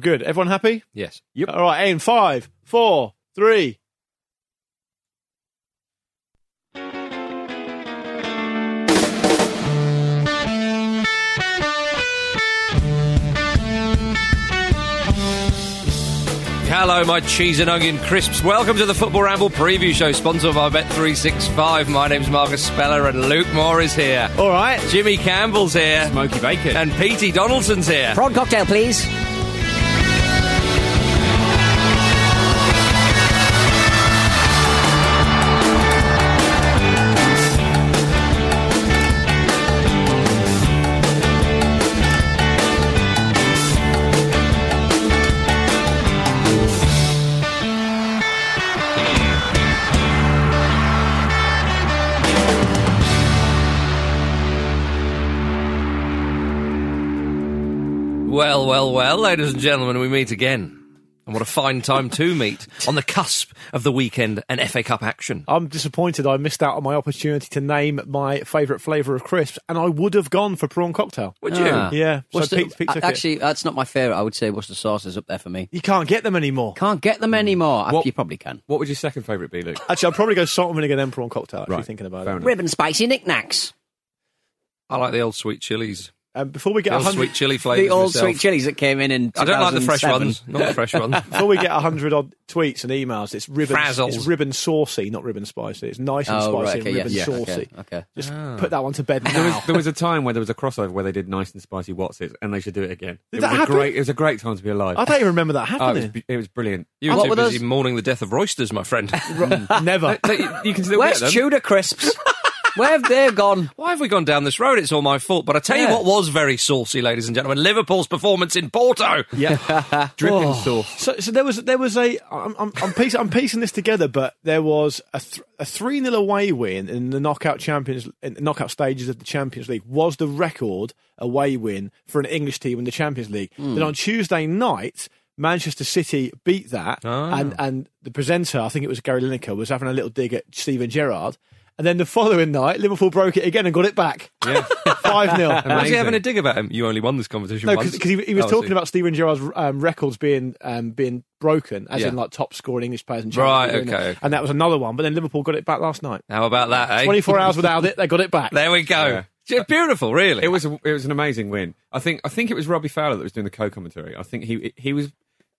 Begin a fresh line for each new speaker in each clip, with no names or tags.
Good. Everyone happy?
Yes.
Yep.
All right. In five, four, three.
Hello, my cheese and onion crisps. Welcome to the Football Ramble preview show, sponsored by Bet365. My name's Marcus Speller, and Luke Moore is here.
All right.
Jimmy Campbell's here.
Smokey Bacon.
And Petey Donaldson's here.
Prawn cocktail, please.
Well, well, well, ladies and gentlemen, we meet again. And what a fine time to meet on the cusp of the weekend and FA Cup action.
I'm disappointed I missed out on my opportunity to name my favourite flavour of crisps, and I would have gone for prawn cocktail.
Would you?
Ah.
Yeah.
What's
so
the-
Pete, Pete
a-
took it.
actually, that's not my favourite. I would say what's the sauce is up there for me.
you can't get them anymore.
Can't get them anymore.
What-
You probably can.
What would your second favourite be, Luke?
Actually, I'd probably go salt and vinegar then prawn cocktail. Actually,
Right.
thinking about
Fair
it.
enough.
Ribbon spicy knickknacks.
I like the old sweet chilies.
Um, before we get
The old
100,
sweet chili flavours.
The old
myself.
sweet chilies that came in in
I don't like the fresh
2007.
ones. Not the fresh ones.
before we get hundred odd tweets and emails, it's ribbon.
Frazzles.
It's ribbon saucy, not ribbon spicy. It's nice and
Oh,
spicy
right, okay,
and ribbon
yes,
saucy.
okay, okay.
Just
Ah.
put that one to bed
There
now.
was, there was a time where there was a crossover where they did nice and spicy Watsits, and they should do it again.
Did
it
that
was
happen?
a great. It was a great time to be alive.
I don't even remember that
Oh, it, was,
happening.
bu- it was brilliant.
You were
What
too
were
busy
those?
mourning the death of roisters, my friend.
Never.
So you, you can still
Where's
get them.
Tudor crisps? Where have they gone?
Why have we gone down this road? It's all my fault. But I tell you
Yeah.
what was very saucy, ladies and gentlemen Liverpool's performance in Porto.
yeah.
Dripping sauce.
So, so there was there was a I'm I'm, I'm, piecing, I'm piecing this together, but there was a th- a three 0 away win in the knockout champions in the knockout stages of the Champions League was the record away win for an English team in the Champions League. Then on Tuesday night. Manchester City beat that, and, and the presenter, I think it was Gary Lineker, was having a little dig at Steven Gerrard. And then the following night, Liverpool broke it again and got it back. 5 0.
Was he having a dig about him? You only won this competition
No,
once.
because he, he was
Oh, I see.
talking about Steven Gerrard's um, records being um, being broken, as
Yeah.
in like top scoring English players in
Right,
Champions League,
okay,
and that was another one. But then Liverpool got it back last night.
How about that, eh?
Twenty four hours without it, they got it back.
There we go. Beautiful, really.
It was a, it was an amazing win. I think I think it was Robbie Fowler that was doing the co-commentary. I think he he was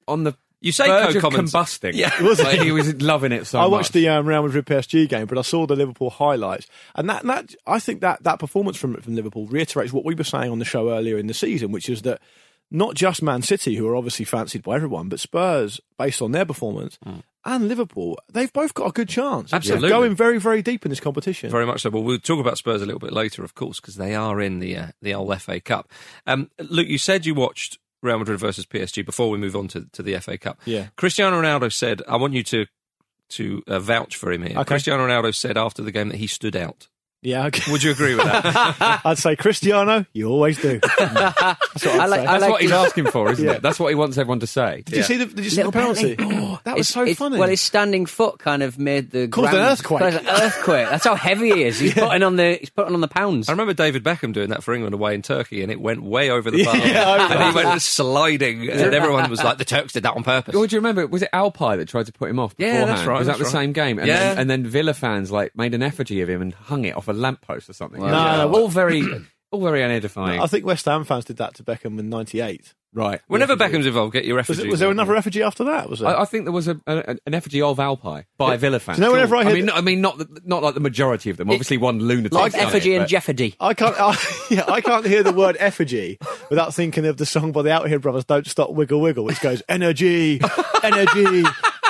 on the
You say
verge of
co-comments.
combusting.
Yeah.
was he? was loving it so
I
much.
watched the um, Real Madrid PSG game, but I saw the Liverpool highlights, and that, that I think that that performance from from Liverpool reiterates what we were saying on the show earlier in the season, which is that not just Man City, who are obviously fancied by everyone, but Spurs, based on their performance. And Liverpool, they've both got a good chance. of
Mm. Absolutely.
Going very, very deep in this competition.
Very much so. Well, we'll talk about Spurs a little bit later, of course, because they are in the uh, the old FA Cup. Um, Luke, you said you watched Real Madrid versus PSG before we move on to, to the FA Cup.
Yeah.
Cristiano Ronaldo said, "I want you to to uh, vouch for him here."
Okay.
Cristiano Ronaldo said after the game that he stood out.
Yeah, okay.
Would you agree with that?
I'd say Cristiano, you always do. Did
I like, I
That's
like
what he's
the-
asking for, isn't
Yeah.
it? That's what he wants everyone to say.
you see the, did you see the
Little
penalty?
penalty.
that was
It's-
so
it's-
funny.
Well, his standing foot kind of made the
Caused an
ground-
earthquake.
caused an earthquake. That's how heavy he is. He's putting on the he's putting on the pounds.
I remember David Beckham doing that for England away in Turkey, and it went way over the bar.
Yeah, I
and he went sliding, and everyone was like, "The Turks did that on purpose."
Or do you remember? Was it Alpi that tried to put him off?
Yeah, that's
Beforehand?
right,
Was that
that's
the
right.
same game? And,
Yeah.
then, and then Villa fans like made an effigy of him and hung it off a lamppost or something.
Wow.
It
No,
was
no,
all very, all very unedifying.
I think West Ham fans did that to Beckham in '98.
right.
Whenever Beckham's involved, get your
Was,
referee.
it, was there another effigy after that? Was there?
I, I think there was a, a, an effigy of Alpi by Villa fans.
Do you know whenever I hear-
mean, not, I mean, not the, not like the majority of them. Obviously, one lunatic.
like
done it,
effigy and
but-
Jeffedy.
I can't. I, yeah, I can't hear the word effigy without thinking of the song by the Out Here Brothers, "Don't Stop Wiggle Wiggle," which goes energy, energy,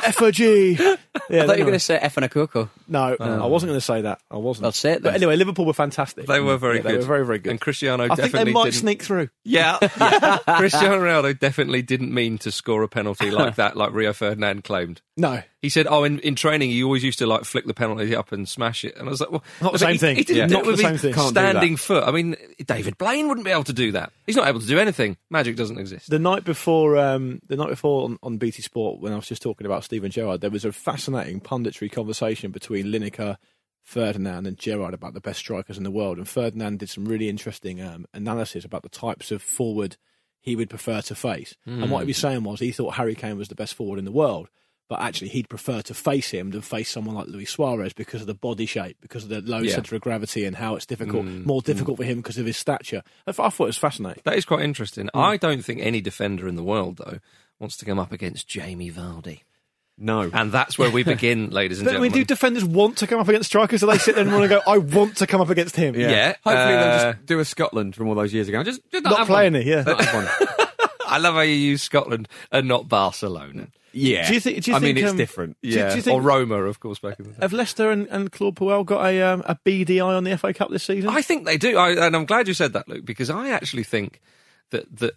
effigy. Yeah,
I thought you were going to say F and a cuckoo.
No, I wasn't going to say that. I wasn't.
That's Oh. it,
But
then.
anyway, Liverpool were fantastic.
They were very
Yeah,
good.
They were very, very good.
And Cristiano
I think they
definitely
might
didn't.
sneak through.
Yeah, yeah. Cristiano Ronaldo definitely didn't mean to score a penalty like that, like Rio Ferdinand claimed.
No,
He said, "Oh, in, in training, you always used to like flick the penalty up and smash it." And I was like, "Well,
Not the
but
same
he-
thing.
He didn't
Yeah.
do
Not
it
the
with
same
his
thing. Can't
do that.
standing foot. I mean, David Blaine wouldn't be able to do that. He's not able to do anything. Magic doesn't exist.
the night before, um, the night before on, on BT Sport, when I was just talking about Steven Gerrard, there was a fascinating punditry conversation between Lineker, Ferdinand, and Gerrard about the best strikers in the world. And Ferdinand did some really interesting um, analysis about the types of forward he would prefer to face. And what he was saying was he thought Harry Kane was the best forward in the world. But actually, he'd prefer to face him than face someone like Luis Suarez because of the body shape, because of the low
Yeah.
centre of gravity, and how it's difficult, more difficult for him because of his stature. I thought I thought it was fascinating.
That is quite interesting.
Hmm.
I don't think any defender in the world though wants to come up against Jamie Vardy,
No.
and that's where we begin, ladies and
But I mean,
gentlemen.
do defenders want to come up against strikers? Do they sit there and want to go, I want to come up against him?
Yeah,
Hopefully
uh,
they'll just do a Scotland from all those years ago. Just, just not,
Not
have
playing
one.
it, yeah.
Not have one.
I love how you use Scotland and not Barcelona.
Yeah.
Do you think- do you
I mean,
think,
it's
um,
different.
do you-
Yeah.
do you think-
or Roma, of course, back in the day.
Have Leicester and, and Claude Puel got a, um, a BDI on the FA Cup this season?
I think they do, I, and I'm glad you said that, Luke, because I actually think that that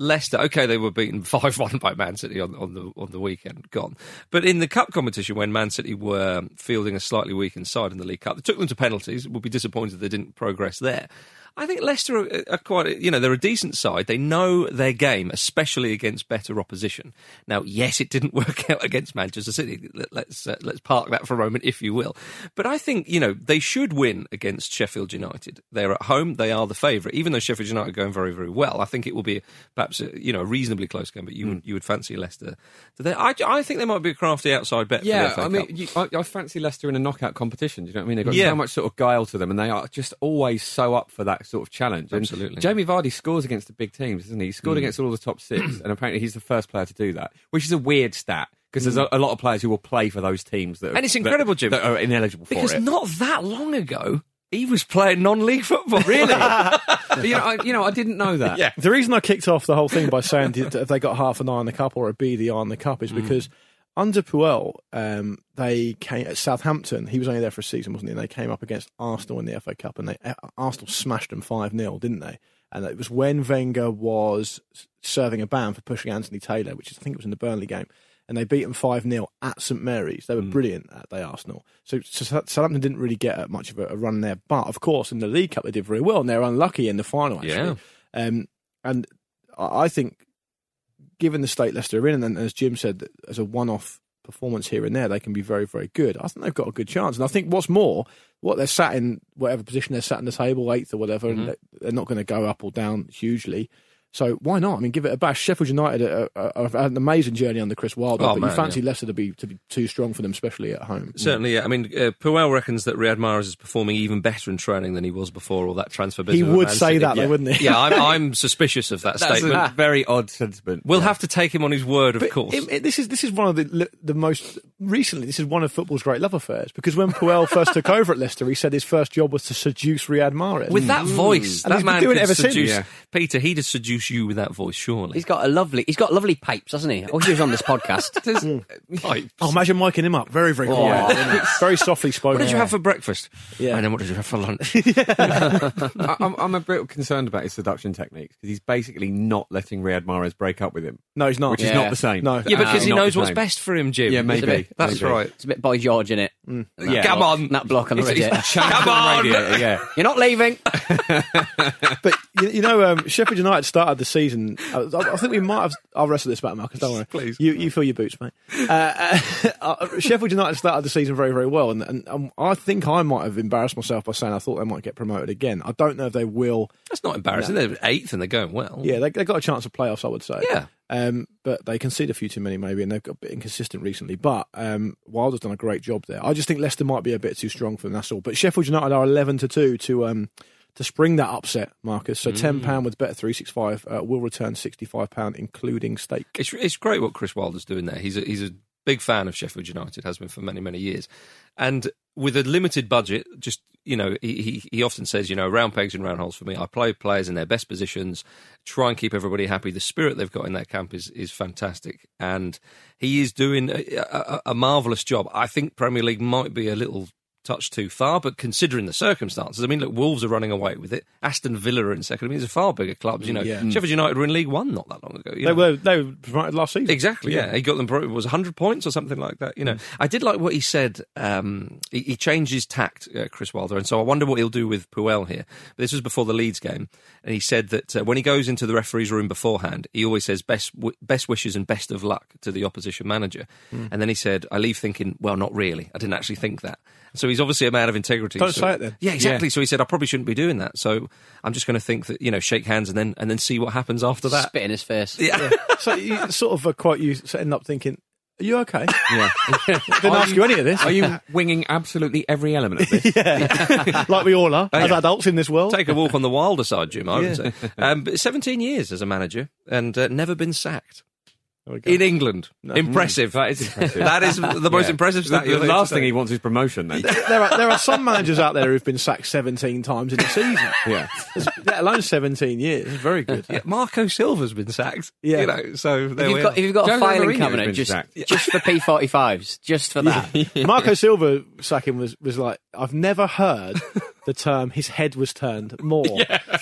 Leicester, okay, they were beaten five one by Man City on, on the on the weekend, gone. But in the cup competition, when Man City were fielding a slightly weakened side in the League Cup, they took them to penalties. Would be disappointed they didn't progress there. I think Leicester are, are quite, you know, they're a decent side. They know their game, especially against better opposition. Now, yes, it didn't work out against Manchester City. Let- Let's uh, let's park that for a moment, if you will. But I think you know they should win against Sheffield United. They're at home. They are the favourite, even though Sheffield United are going very very well. I think it will be perhaps a, you know a reasonably close game, but you
Hmm.
would you would fancy Leicester. Do they? I, I think they might be a crafty outside bet. for
yeah,
the FA
I mean,
Cup.
you, I, I fancy Leicester in a knockout competition. Do you know what I mean? They've got
Yeah.
so much sort of guile to them, and they are just always so up for that sort of challenge. And
Absolutely. Hmm.
Jamie Vardy scores against the big teams, doesn't he? He scored against all the top six, and apparently he's the first player to do that, which is a weird stat because there's a, a lot of players who will play for those teams that are,
Hmm. And it's
that-
incredible, Jim.
that are ineligible
because
for it.
not that long ago he was playing non-league football. Really?
But, you, know, I, you know, I didn't know that.
Yeah.
The reason I kicked off the whole thing by saying that if they got half an eye on the cup or a BDI on the cup is because under Puel, um, they came at Southampton. He was only there for a season, wasn't he? And they came up against Arsenal in the FA Cup, and they uh, Arsenal smashed them five 0 didn't they? And it was when Wenger was serving a ban for pushing Anthony Taylor, which is, I think it was in the Burnley game, and they beat them five 0 at St Mary's. They were brilliant at they Arsenal. So, so South- Southampton didn't really get uh, much of a, a run there, but of course in the League Cup they did very well, and they were unlucky in the final. Actually.
Yeah.
Um, and I I think, given the state Leicester are in, and as Jim said, as a one-off performance here and there, they can be very, very good. I think they've got a good chance. And I think what's more, what they're sat in, whatever position they're sat in the table, eighth or whatever,
Mm-hmm.
and they- they're not going to go up or down hugely. So why not? I mean, give it a bash. Sheffield United are, are, are, have had an amazing journey under Chris Wilder,
Oh,
but
man,
you fancy Leicester to be to be too strong for them, especially at home.
Certainly, yeah. I mean, uh, Puel reckons that Riyad Mahrez is performing even better in training than he was before all that transfer business.
He
with
would
Man
say
City.
that,
yeah.
though, wouldn't he?
Yeah, I'm, I'm suspicious of that
That's
statement.
a very odd sentiment.
We'll have to take him on his word, of
But
course.
it- it- this is this is one of the the most recently. This is one of football's great love affairs because when Puel first took over at Leicester, he said his first job was to seduce Riyad Mahrez.
with that voice,
mm. And
that
he's been
man
doing it
could
ever since.
seduce
Yeah.
Peter. He'd seduce you with that voice, surely.
He's got a lovely. He's got lovely pipes, hasn't he? Oh, he was on this podcast.
Like,
Oh, imagine miking him up. Very, very quiet. very softly spoken.
Oh. what did you have for breakfast?
Yeah.
And then what did you have for lunch?
I, I'm, I'm a bit concerned about his seduction techniques because he's basically not letting Riyad Mahrez break up with him,
No, he's not.
which is
Yeah.
not the same.
No.
yeah,
Uh,
because he
Not
knows
the
what's
same.
best for him, Jim.
Yeah, maybe.
That's
Maybe.
right.
It's a bit boy George in it.
Yeah.
Come on.
That block on the
It's-
radio.
it's- Come on.
Radiator, yeah.
You're not leaving.
But you, you know, um, Sheffield United started the season. I, I think we might have. I'll wrestle this back, Marcus. Don't worry.
Please.
You, you fill your boots, mate. Uh, uh, Sheffield United started the season very, very well, and, and um, I think I might have embarrassed myself by saying I thought they might get promoted again. I don't know if they will.
That's not embarrassing. They're eighth and they're going well.
Yeah, they, they've got a chance of playoffs, I would say.
Yeah.
Um, but they concede a few too many, maybe, and they've got a bit inconsistent recently. But um, Wilder's done a great job there. I just think Leicester might be a bit too strong for them, that's all. But Sheffield United are 11 to 2 to. Um, to spring that upset, Marcus. So ten pound with Bet three six five uh, will return sixty five pound, including stake.
It's it's great what Chris Wilder's doing there. He's a, he's a big fan of Sheffield United, has been for many many years, and with a limited budget, just you know, he he, he often says, you know, round pegs and round holes for me. I play players in their best positions, try and keep everybody happy. The spirit they've got in that camp is is fantastic, and he is doing a, a, a marvelous job. I think Premier League might be a little touch too far, but considering the circumstances, I mean, look, Wolves are running away with it. Aston Villa are in second. I mean, these are far bigger clubs, you know.
Mm, Yeah.
Sheffield United were in League One not that long ago. you
They
know.
were they were promoted last season.
Exactly. Yeah. he got them. It was 100 points or something like that. You know, I did like what he said. Um, he, he changed his tact, uh, Chris Wilder, and so I wonder what he'll do with Puel here. This was before the Leeds game, and he said that uh, when he goes into the referee's room beforehand, he always says best w- best wishes and best of luck to the opposition manager, and then he said, "I leave thinking, well, not really. I didn't actually think that." So he's obviously a man of integrity.
Don't
so-
say it then.
Yeah, exactly. So he said, "I probably shouldn't be doing that." So I'm just going to think that you know, shake hands and then and then see what happens after that.
Spit in his face.
Yeah.
So you sort of a quote you sort of end up thinking, Are you okay?
Yeah.
I didn't ask you any of this.
Are you winging absolutely every element of this?
like we all are as
yeah.
adults in this world.
Take a walk on the wilder side, Jim. I would say. Um, but 17 years as a manager and uh, never been sacked
There we go.
in England. Impressive.
That is impressive.
That is the most
Yeah.
impressive
The,
stat.
the
you'll hear
last
today.
thing he wants is promotion, then.
there are there are some managers out there who've been sacked 17 times in a season.
yeah.
It's- let alone 17 years. It's very good.
Yeah, Marco Silva's been sacked.
Yeah.
You know, so there
If
we
you've, got,
are.
if you've got
Jose
a filing
Mourinho's been
cabinet just
sacked.
just for P45s, just for that.
Marco Silva sacking was, was like, I've never heard the term his head was turned more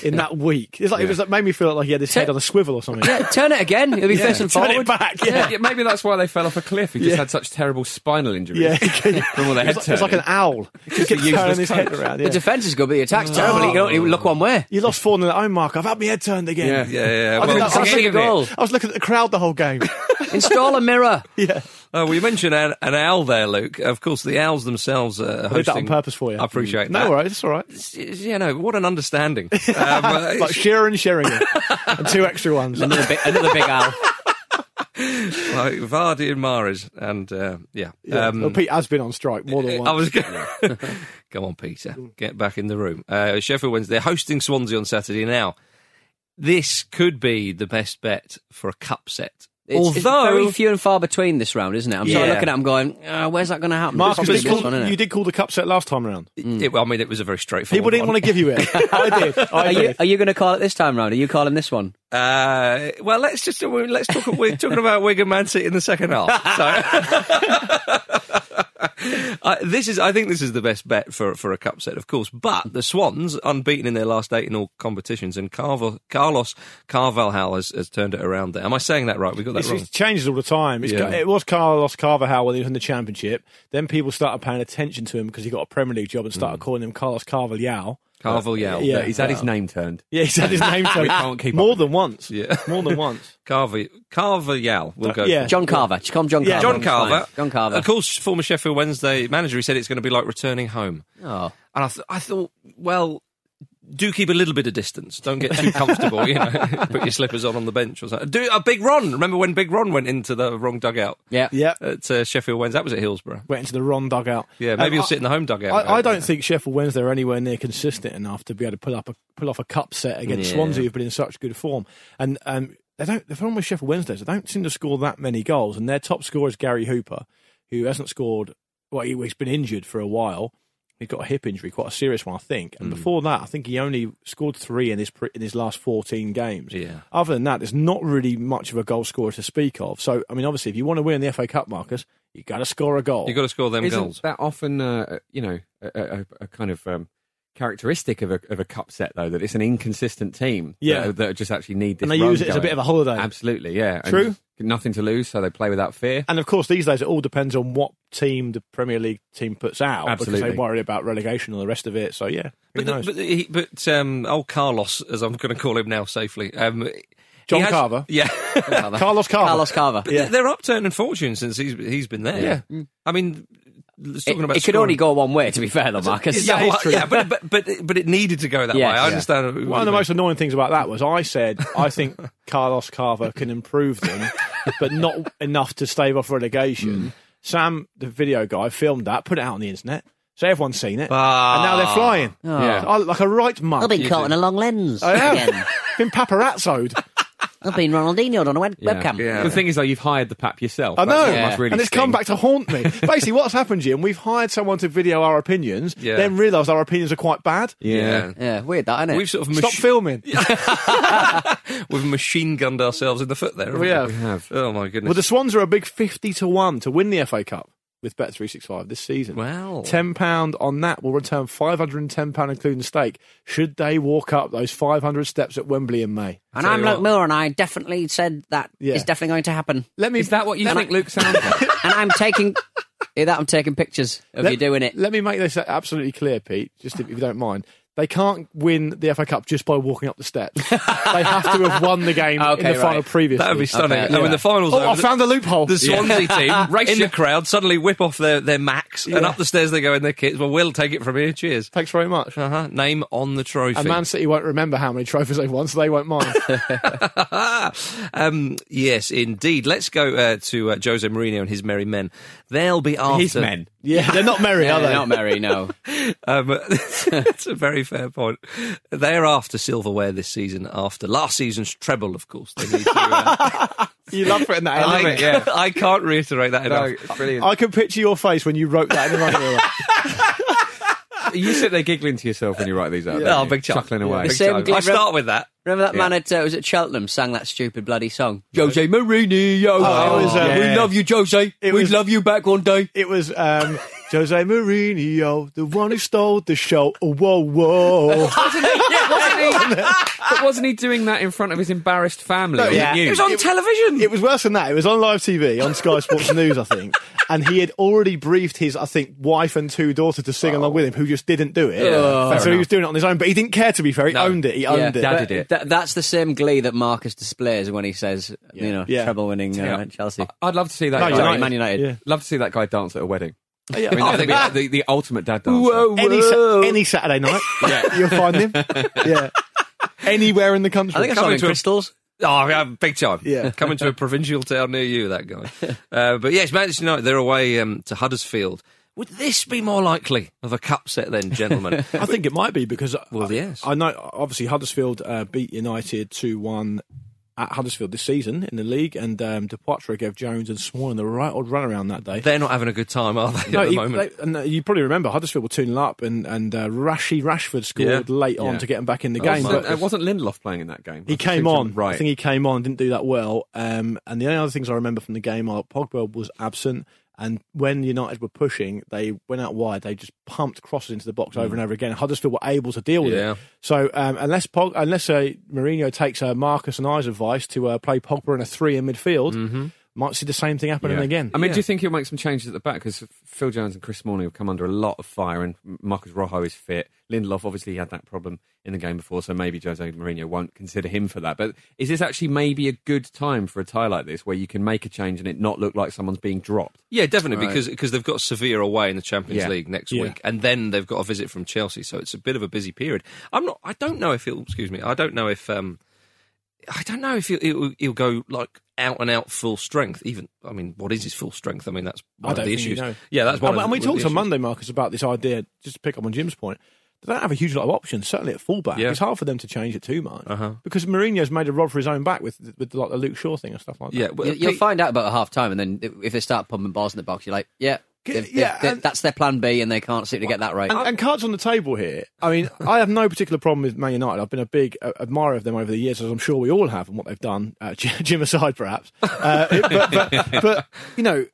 in that week. It's like, It was like, made me feel like he had his head on a swivel or something.
Yeah, turn it again. It'll be first and
Turn
forward.
it back. Yeah.
Yeah, maybe that's why they fell off a cliff. He just
Yeah.
had such terrible spinal injuries.
Yeah.
From all their head
It's like, it's like an
turning.
owl. He
Just a
kept
useless
turning his head
coach.
around.
The
yeah.
defence is good, but the attack's terrible. You can only look one way.
You lost 4 0 at home, Mark. I've had my head turned again.
Yeah.
Yeah, yeah, yeah.
I think
Well,
that's-
That's
forget
a goal.
I was looking at the crowd the whole game.
Install a mirror.
yeah.
oh, we mentioned an, an owl there, Luke. Of course, the owls themselves are
I did
hosting.
that on purpose for you.
I appreciate
no
that.
worries. It's all right.
Yeah, no, what an understanding. Um, uh,
Like Shearer and Sheringham. and two extra ones.
Another big, another big owl.
like Vardy and Mares, and uh, yeah,
Yeah.
Um,
well, Pete has been on strike more than once.
I was going. Come on, Peter, get back in the room. Uh, Sheffield Wednesday they're hosting Swansea on Saturday. Now, this could be the best bet for a cup set.
It's, it's
Although
very few and far between this round, isn't it? I'm sort
Yeah.
of looking at him going, uh, where's that going to happen?
Mark,
It's
you
probably
did,
this
call,
one, isn't it?
you did call the cup set last time around.
it, well, I mean, it was a very straightforward.
Mm. People didn't want to give you it. I did. I
Are you,
did.
are you going to call it this time round? Are you calling this one?
to. Uh, well, let's just let's talk. We're talking about Wigan Man City in the second half. So. I, this is, I think, this is the best bet for for a cup set, of course. But the Swans, unbeaten in their last eight in all competitions, and Carval, Carlos Carvalhal has, has turned it around. There, am I saying that right? We got that
It's,
wrong.
it changes all the time. It's
Yeah.
got- it was Carlos Carvajal when he was in the championship. Then people started paying attention to him because he got a Premier League job and started calling him Carlos Carvajal.
Carvalhal.
Yeah.
Look, he's had his name turned.
Yeah, he's had his name turned
can't keep
more
up.
than once.
Yeah.
more than once.
Carver, Carvalhal. We'll go.
yeah.
for.
John Carver. Just call him John
Yeah.
Carver.
John
It's
Carver.
fine. John Carver.
Of course, former Sheffield Wednesday manager. He said it's going to be like returning home.
Oh.
And I, th- I thought, well, do keep a little bit of distance. Don't get too comfortable. you know, put your slippers on on the bench or something. Do a Big Ron. Remember when Big Ron went into the wrong dugout
Yeah.
Yeah,
at uh, Sheffield Wednesday? That was at Hillsborough.
went into the wrong dugout.
Yeah, maybe
Um,
you'll sit in the home dugout.
I, I don't think Sheffield Wednesday are anywhere near consistent enough to be able to pull up a pull off a cup set against
Yeah.
Swansea, who've been in such good form. And um, they don't. The problem with Sheffield Wednesday is they don't seem to score that many goals, and their top scorer is Gary Hooper, who hasn't scored. Well, he, he's been injured for a while. He got a hip injury, quite a serious one, I think.
Hmm.
And before that, I think he only scored three in his pre- in his last fourteen games.
Yeah.
Other than that, there's not really much of a goal scorer to speak of. So, I mean, obviously, if you want to win the FA Cup, Marcus, you got to score a goal.
You've got to score them
Isn't
goals.
that often, uh, you know, a, a, a- a kind of um, characteristic of a, of a cup set, though, that it's an inconsistent team
Yeah.
that, that just actually need this
and they
run
use it as a
going.
bit of a holiday.
Absolutely, yeah. And
True.
Nothing to lose, so they play without fear.
And of course, these days it all depends on what team the Premier League team puts out because
Absolutely.
they worry about relegation and the rest of it. So yeah, who
But, the-
knows?
but, he, but um, old Carlos, as I'm going to call him now safely. Um, he
John
has-
Carver?
Yeah.
Carver.
Carlos Carver.
Carlos Carver.
But
Oh, Yeah.
They're upturning fortune since he's he's been there. Yeah. I mean, it's
It,
talking about
it could
scoring.
only go one way, to be fair, though, Marcus.
Yeah, well, yeah, but, but but it- but it needed to go that
Yes.
way. I
Yeah.
understand. what
One of
you
the
mean.
most annoying things about that was I said I think Carlos Carver can improve them, but not enough to stave off
Hmm.
relegation. Sam, the video guy, filmed that, put it out on the internet, so everyone's seen it,
Ah.
and now they're flying.
Yeah.
I look like a right mug.
I've been caught in a long lens
I have.
again.
been paparazzoed.
I've been Ronaldinho on a web- webcam.
Yeah.
The thing is, though, you've hired the pap yourself.
I know,
That's what must really
and it's come
sting.
back to haunt me. Basically, what's happened, Jim? We've hired someone to video our opinions,
Yeah.
then realised our opinions are quite bad.
Yeah.
Yeah, weird that, isn't it?
We've sort of
Stop
machi-
filming.
we've machine gunned ourselves in the foot there. haven't
We have.
We have.
Oh my goodness.
Well, the Swans are a big fifty to one to win the FA Cup. with Bet365 this season.
Wow.
£10 on that will return £510 including the stake should they walk up those 500 steps at Wembley in May.
And
Tell
I'm
you
Luke
what.
Miller, and I definitely said that is
Yeah.
definitely going to happen.
Let me
Is that what you
Then
think
I-
Luke sounds like?
and I'm taking yeah, that. I'm taking pictures of
let,
you doing it.
Let me make this absolutely clear, Pete, just if you don't mind. They can't win the FA Cup just by walking up the steps. they have to have won the game in
Okay,
the final
right.
previous.
That would be stunning. I mean, the finals.
Oh,
over,
I
the-
found a loophole.
the Swansea team
Race
in the
you.
crowd suddenly whip off their, their Macs and
Yeah.
up the stairs they go in their kits. Well, we'll take it from here. Cheers.
Thanks very much.
Uh-huh. Name on the trophy.
And Man City won't remember how many trophies they've won, so they won't mind.
um, yes, indeed. Let's go uh, to uh, Jose Mourinho and his merry men. They'll be after
His men.
yeah, they're not merry,
Yeah,
are they?
they're not merry, no.
Um, that's a very fair point. They're after silverware this season. After last season's treble, of course. They need to, uh,
you love putting that in.
I,
don't
it, yeah.
I can't reiterate that enough.
you?
brilliant.
I can picture your face when you wrote that in the running
you sit there giggling to yourself when you write these out. don't
Oh,
you?
big chuck.
chuckling away.
The same
I
Glenn-
start with that.
Remember that man at uh, was at Cheltenham sang that stupid bloody song, Jose Mourinho. Oh,
it was, uh,
We
yeah.
love you, Jose.
It
we
was-
love you back one day.
It was um, Jose Mourinho, the one who stole the show. Oh, whoa, whoa.
wasn't he, but wasn't he doing that in front of his embarrassed family?
No,
Or
yeah.
you?
It was
on television.
It was worse than that. It was on live TV on Sky Sports News, I think. And he had already briefed his, I think, wife and two daughters to sing along with him, who just didn't do it.
Yeah,
and
fair
so he
enough.
was doing it on his own, but he didn't care. To be fair, he owned it. He owned it.
Dad
But
did it.
tha- that's the same glee that Marcus displays when he says, you know,
Yeah.
treble winning uh,
Yeah. Oh,
Chelsea.
I'd love to see that.
No,
guy.
Sorry,
United.
Man United.
Yeah.
Love to see that guy dance at a wedding.
But- yeah,
I mean,
I
that'd
think
be like the, the ultimate dad dancer.
any, sa- any Saturday night, you'll find him. Yeah, anywhere in the country.
I think I saw
Coming
him in
to a-
Crystals.
Oh, yeah, big time.
Yeah.
Coming to a provincial town near you, that guy. Uh, but yes, Manchester United, they're away um, to Huddersfield. Would this be more likely of a cup set then, gentlemen?
I think it might be because
Well,
I,
yes.
I know obviously Huddersfield uh, beat United two one at Huddersfield this season in the league, and um, Depoitre gave Jones and Swan the right old run around that day.
they're not having a good time, are they,
No,
at the
you,
moment?
they- and, uh, you probably remember Huddersfield were 2 0 up, and, and uh, Rashi Rashford scored
Yeah.
late on
Yeah.
to get him back in the game.
Wasn't,
But
uh, wasn't Lindelof playing in that game?
he
I
came
think
on.
Right.
I think he came on, didn't do that well. Um, and the only other things I remember from the game are Pogba was absent. And when United were pushing, they went out wide. They just pumped crosses into the box over and over again. Huddersfield were able to deal with
Yeah.
it. So um, unless Pog- unless uh, Mourinho takes uh, Marcus and I's advice to uh, play Pogba in a three in midfield, might see the same thing happening
Yeah.
again.
I mean, do you think he'll make some changes at the back? Because Phil Jones and Chris Morning have come under a lot of fire, and Marcus Rojo is fit. Lindelof obviously had that problem in the game before, so maybe Jose Mourinho won't consider him for that. But is this actually maybe a good time for a tie like this, where you can make a change and it not look like someone's being dropped?
Yeah, definitely, because because they've got Sevilla away in the Champions
Yeah.
League next
Yeah.
week, and then they've got a visit from Chelsea, so it's a bit of a busy period. I'm not. I don't know if he'll. Excuse me. I don't know if. Um, I don't know if he'll, he'll, he'll go like out and out full strength. Even I mean, what is his full strength? I mean, that's one
I
of
don't
the
think you
issues.
know.
Yeah, that's one.
And,
of
and we
the
talked on
issues.
Monday, Marcus, about this idea. Just to pick up on Jim's point, they don't have a huge lot of options. Certainly at fullback,
Yeah. Uh-huh.
it's hard for them to change it too much because Mourinho's made a rod for his own back with with like the Luke Shaw thing and stuff like that.
Yeah, well,
You, you'll
Pete-
find out about half time, and then if- if they start pumping balls in the box, you're like, yeah,
G-
they've- they've-
yeah,
they-
and-
that's their plan B, and they can't seem to get that right.
And, and cards on the table here. I mean, I have no particular problem with Man United. I've been a big uh, admirer of them over the years, as I'm sure we all have, and what they've done. Uh, Jim aside, perhaps. Uh, it- but, but, but you know,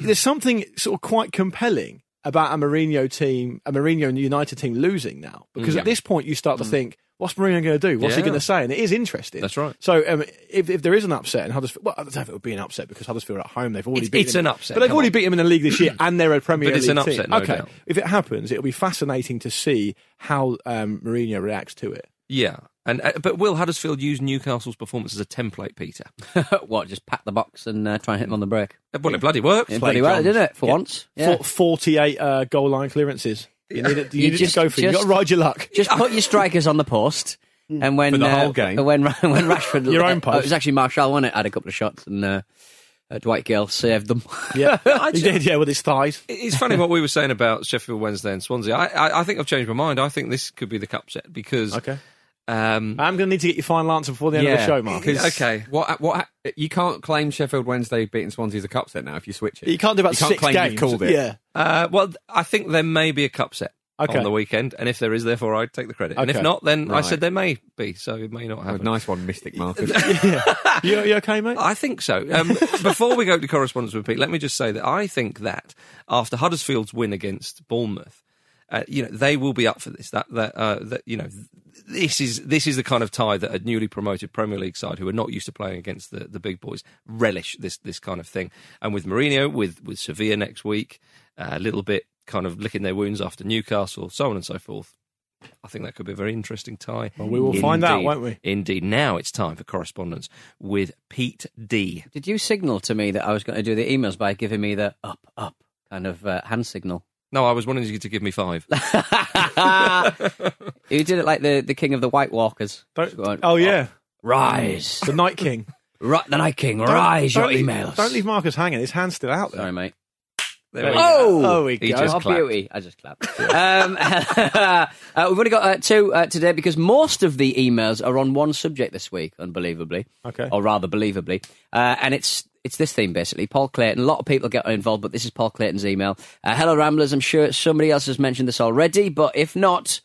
there's something sort of quite compelling about a Mourinho team, a Mourinho and United team losing now, because at this point you start to think, what's Mourinho going to do? What's he
Mm. Yeah.
going to say? And it is interesting.
That's right.
So um, if, if there is an upset in Huddersfield, well, I don't know if it would be an upset because Huddersfield are at home. They've already
It's-
beaten
it's
them.
an upset,
but they've
come
already
on.
beat them in the league this year, and they're a Premier
But it's
League
an
team.
upset, no
okay,
doubt.
if it happens, it'll be fascinating to see how um, Mourinho reacts to it.
Yeah, and uh, but will Huddersfield use Newcastle's performance as a template, Peter? Uh,
what? Just pack the box and uh, try and hit them on the break.
Well, it bloody works.
Yeah, bloody well, didn't it? For once, yeah.
For- Forty-eight uh, goal line clearances. You need it. You,
You
need
just-
it to go for. it. You got
just-
to ride your luck.
Just put your strikers on the post,
Mm.
and when
For the whole
uh,
game.
when Ra- when Rashford,
Your own
Oh, it
post.
was actually Marshall, wasn't it? Had a couple of shots, and uh, uh, Dwight Gale saved them.
Yeah,
I
he
ju-
did. Yeah, with his thighs.
It's funny what we were saying about Sheffield Wednesday and Swansea. I, I, I think I've changed my mind. I think this could be the cup set because
Okay.
um,
I'm going to need to get your final answer before the end of the show, Mark.
'cause
Okay.
What? What? You can't claim Sheffield Wednesday beating Swansea as a cup set now if you switch it.
You can't do about
You can't
six
claim
games.
you've called it.
Yeah,
Uh, well, I think there may be a cup set.
Okay.
on the weekend, and if there is, therefore, I take the credit. And if
Okay.
not, then I
Right.
said there may be, so it may not
Oh,
happen.
nice one, Mystic Marcus.
You, you okay, mate?
I think so. Um, before we go to correspondence with Pete, let me just say that I think that after Huddersfield's win against Bournemouth, uh, you know they will be up for this. That that, uh, that you know this is this is the kind of tie that a newly promoted Premier League side who are not used to playing against the, the big boys relish this this kind of thing. And with Mourinho, with with Sevilla next week, uh, a little bit kind of licking their wounds after Newcastle, so on and so forth. I think that could be a very interesting tie.
Well, we will find out, won't we?
Indeed. Now it's time for correspondence with Pete D.
Did you signal to me that I was going to do the emails by giving me the up, up kind of uh, hand signal?
No, I was wanting you to give me five.
you did it like the, the king of the White Walkers.
Don't,
Just going,
oh yeah,
Rise.
the Night King.
Right, the Night King,
Don't-
rise
don't
your
leave-
emails.
Don't leave Marcus hanging. His hand's still out there.
Sorry, mate.
There we go.
Oh!
Oh, we
He
go.
just
Oh,
clapped.
beauty. I just clapped. um, uh, we've only got uh, two uh, today because most of the emails are on one subject this week, unbelievably.
Okay.
Or rather, believably. Uh, and it's. It's this theme basically. Paul Clayton. A lot of people get involved, but this is Paul Clayton's email. Uh, Hello, Ramblers. I'm sure somebody else has mentioned this already, but if not,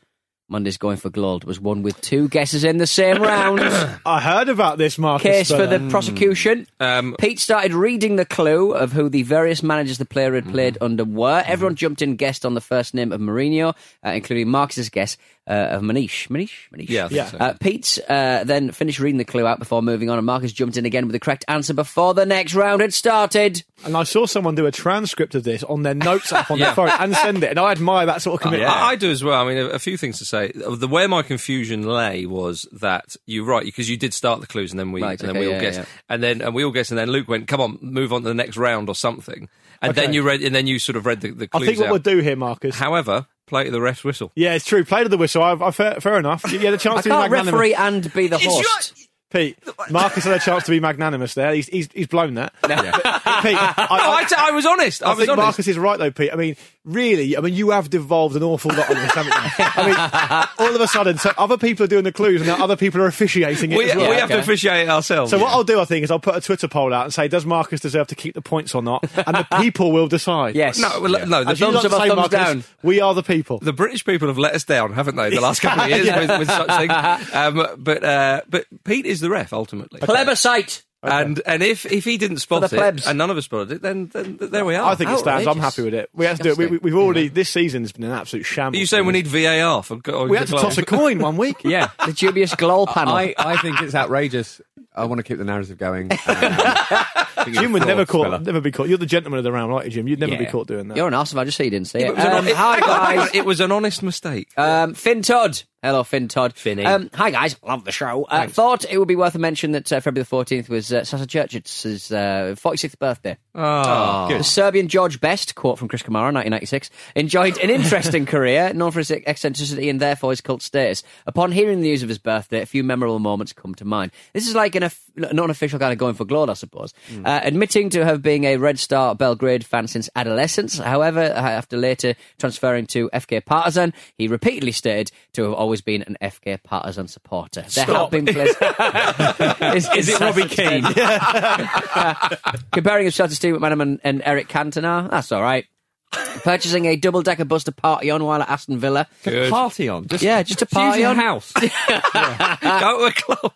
Monday's going for gold was one with two guesses in the same round.
I heard about this, Marcus.
case for
but- uh,
the prosecution.
Um,
Pete started reading the clue of who the various managers the player had played under were. Everyone jumped in, guessed on the first name of Mourinho, uh, including Marcus's guess uh, of Manish. Manish? Manish?
Yeah, I think
Yeah.
so.
Uh, Pete uh, then finished reading the clue out before moving on, and Marcus jumped in again with the correct answer before the next round had started.
And I saw someone do a transcript of this on their notes app on
Yeah. Oh,
their phone and send it. And I admire that sort of commitment.
I, I do as well. I mean, a, a few things to say. The where my confusion lay was that you're right because you did start the clues and then we
Right,
and then
okay,
we all
yeah,
guessed
yeah.
and then and we all guessed and then Luke went, "Come on, move on to the next round or something." And then
Okay.
you read and then you sort of read the, the
I
clues.
think what
out.
we'll do here, Marcus.
However, play to the ref's whistle.
yeah, it's true. Play to the whistle. I, I, fair, fair enough. You had a chance
I
to be
can't
magnanimous.
referee and be the host.
Pete, Marcus had a chance to be magnanimous there. He's, he's, he's blown that. But, Pete, I,
No, I,
I,
t- I was honest. I,
I
was
think
honest.
Marcus is right, though, Pete. I mean, really, I mean, you have devolved an awful lot on this, haven't you? I mean, all of a sudden, so other people are doing the clues and now other people are officiating it
we,
as well.
we have to
okay.
officiate ourselves.
So what I'll do, I think, is I'll put a Twitter poll out and say, does Marcus deserve to keep the points or not? And the people will decide.
Yes.
no, well, no. The,
As you like
Thumbs
to
up or
say,
thumbs
Marcus,
down?
We are the people.
the British people have let us down, haven't they? The last couple of years with, with such things. Um, but uh, but Pete is the ref ultimately.
Plebiscite.
And and if, if he didn't spot
For the
it,
plebs.
and none of us spotted it, then, then th- there we are.
I think it stands. I'm happy with it. We have to do it. We, we,
Disgusting.
we've already this season's been an absolute shambles.
Are you saying we need VAR for? go-
We had to toss a coin one week.
yeah.
The dubious Gloll panel.
I, I think it's outrageous. I want to keep the narrative going. Um, I think it's
Jim would
fraud
never caught.
speller.
Never be caught. You're the gentleman of the round, right, Jim? You'd never be
Yeah.
caught doing that.
You're an arse if I just say you didn't see
It
it.
was an-
Um,
it-
hi,
hang on, hang on,
guys.
It was an honest mistake.
Uh,
Um, Finn Todd. Hello, Finn Todd.
Finny.
Um, hi, guys. Love the show. Uh, thought it would be worth a mention that uh, February the 14th was uh, Sasa Church's uh, 46th birthday.
Ah,
The Serbian George Best, quote from Chris Kamara, 1996, enjoyed an interesting career, known for his eccentricity and therefore his cult status. Upon hearing the news of his birthday, a few memorable moments come to mind. This is like an of- non-official kind of going for glory, I suppose. Uh, admitting to have been a Red Star Belgrade fan since adolescence, however, uh, after later transferring to FK Partizan, he repeatedly stated to have always been an FK Partizan supporter. There have
Stop.
been players. is, is it Robbie Keane? Comparing himself to Steve McManaman and, and Eric Cantona, that's all right. Purchasing a double decker bus to party on while at Aston Villa.
good.
Party on. Just,
Yeah, just a party
use your
on.
house.
Go to a club,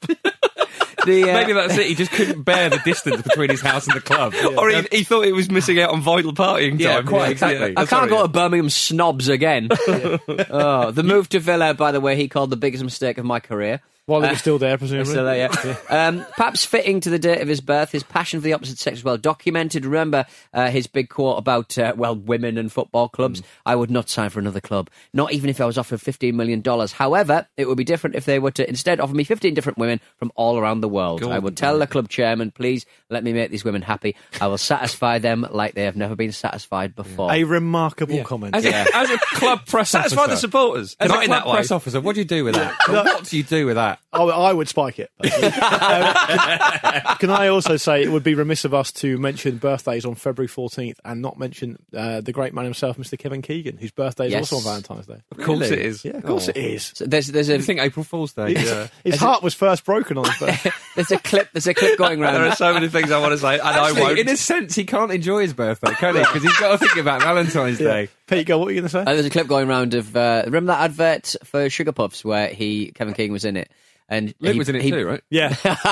The, uh,
Maybe that's it. He just couldn't bear the distance between his house and the club.
or he, he thought he was missing out on vital partying
Yeah,
time.
quite exactly.
I can't go to Birmingham snobs again. oh, the move to Villa, by the way, he called the biggest mistake of my career.
While it was still there, presumably.
So there, yeah. um, perhaps fitting to the date of his birth, his passion for the opposite sex is well documented. Remember uh, his big quote about uh, well women and football clubs. I would not sign for another club, not even if I was offered fifteen million dollars. However, it would be different if they were to instead offer me fifteen different women from all around the world. I would tell the club chairman, please let me make these women happy. I will satisfy them like they have never been satisfied before.
A remarkable comment.
As, a, as a club press
That's why the
officer.
supporters.
As
Not
a
in
club
that way.
press officer, what do you do with that? what do you do with that?
I, Oh, I would spike it. Um, can, can I also say it would be remiss of us to mention birthdays on February 14th and not mention uh, the great man himself, Mr. Kevin Keegan, whose birthday is
Yes. Oh.
also on Valentine's Day.
Of course
Really?
it is.
Yeah, of course it is.
So there's there's
You
a
think April Fool's Day? Yeah.
His heart was first broken on his birthday.
there's a clip there's a clip going
There
round.
are so many things I want to say, and I
Actually,
won't.
in a sense, he can't enjoy his birthday, can he? Because he's got to think about Valentine's Day.
Pete, go. What were you going to say?
Uh, there's a clip going round of uh, remember that advert for Sugar Puffs where he Kevin King was in it and
Luke
he,
was in it
he-
too, right?
yeah, yeah.
he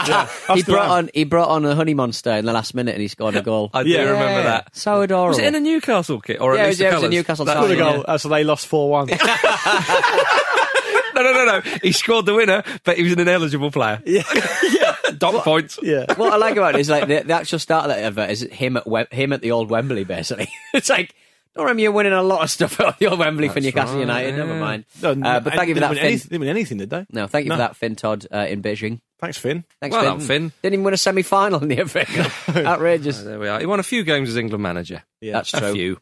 That's the
brought
one.
on he brought on a honey monster in the last minute and he scored a goal.
I do
Yeah.
remember that.
So adorable.
Was it in a Newcastle kit or
Yeah,
at
it
least
was- yeah, it
the
was a
colours?
Newcastle
That-
side.
What a
Yeah.
goal. Uh, so they lost four one.
No, no, no, no. He scored the winner, but he was an ineligible player. Yeah, dot points.
Yeah.
what I like about it is like the, the actual start of that advert is him at Wem- him at the old Wembley. Basically, it's like don't remember you winning a lot of stuff at the old Wembley for Newcastle
right,
United. Never
yeah.
mind.
No,
Uh, but thank you
didn't
for that,
win
Finn.
anything, didn't win anything, did they?
No, thank you for
No.
that, Finn Todd uh, in Beijing.
Thanks, Finn.
Thanks,
Well
Finn.
done, Finn.
Didn't even win a semi-final in the FA. Outrageous.
There we are. He won a few games as England manager.
Yeah.
That's
A
true.
few.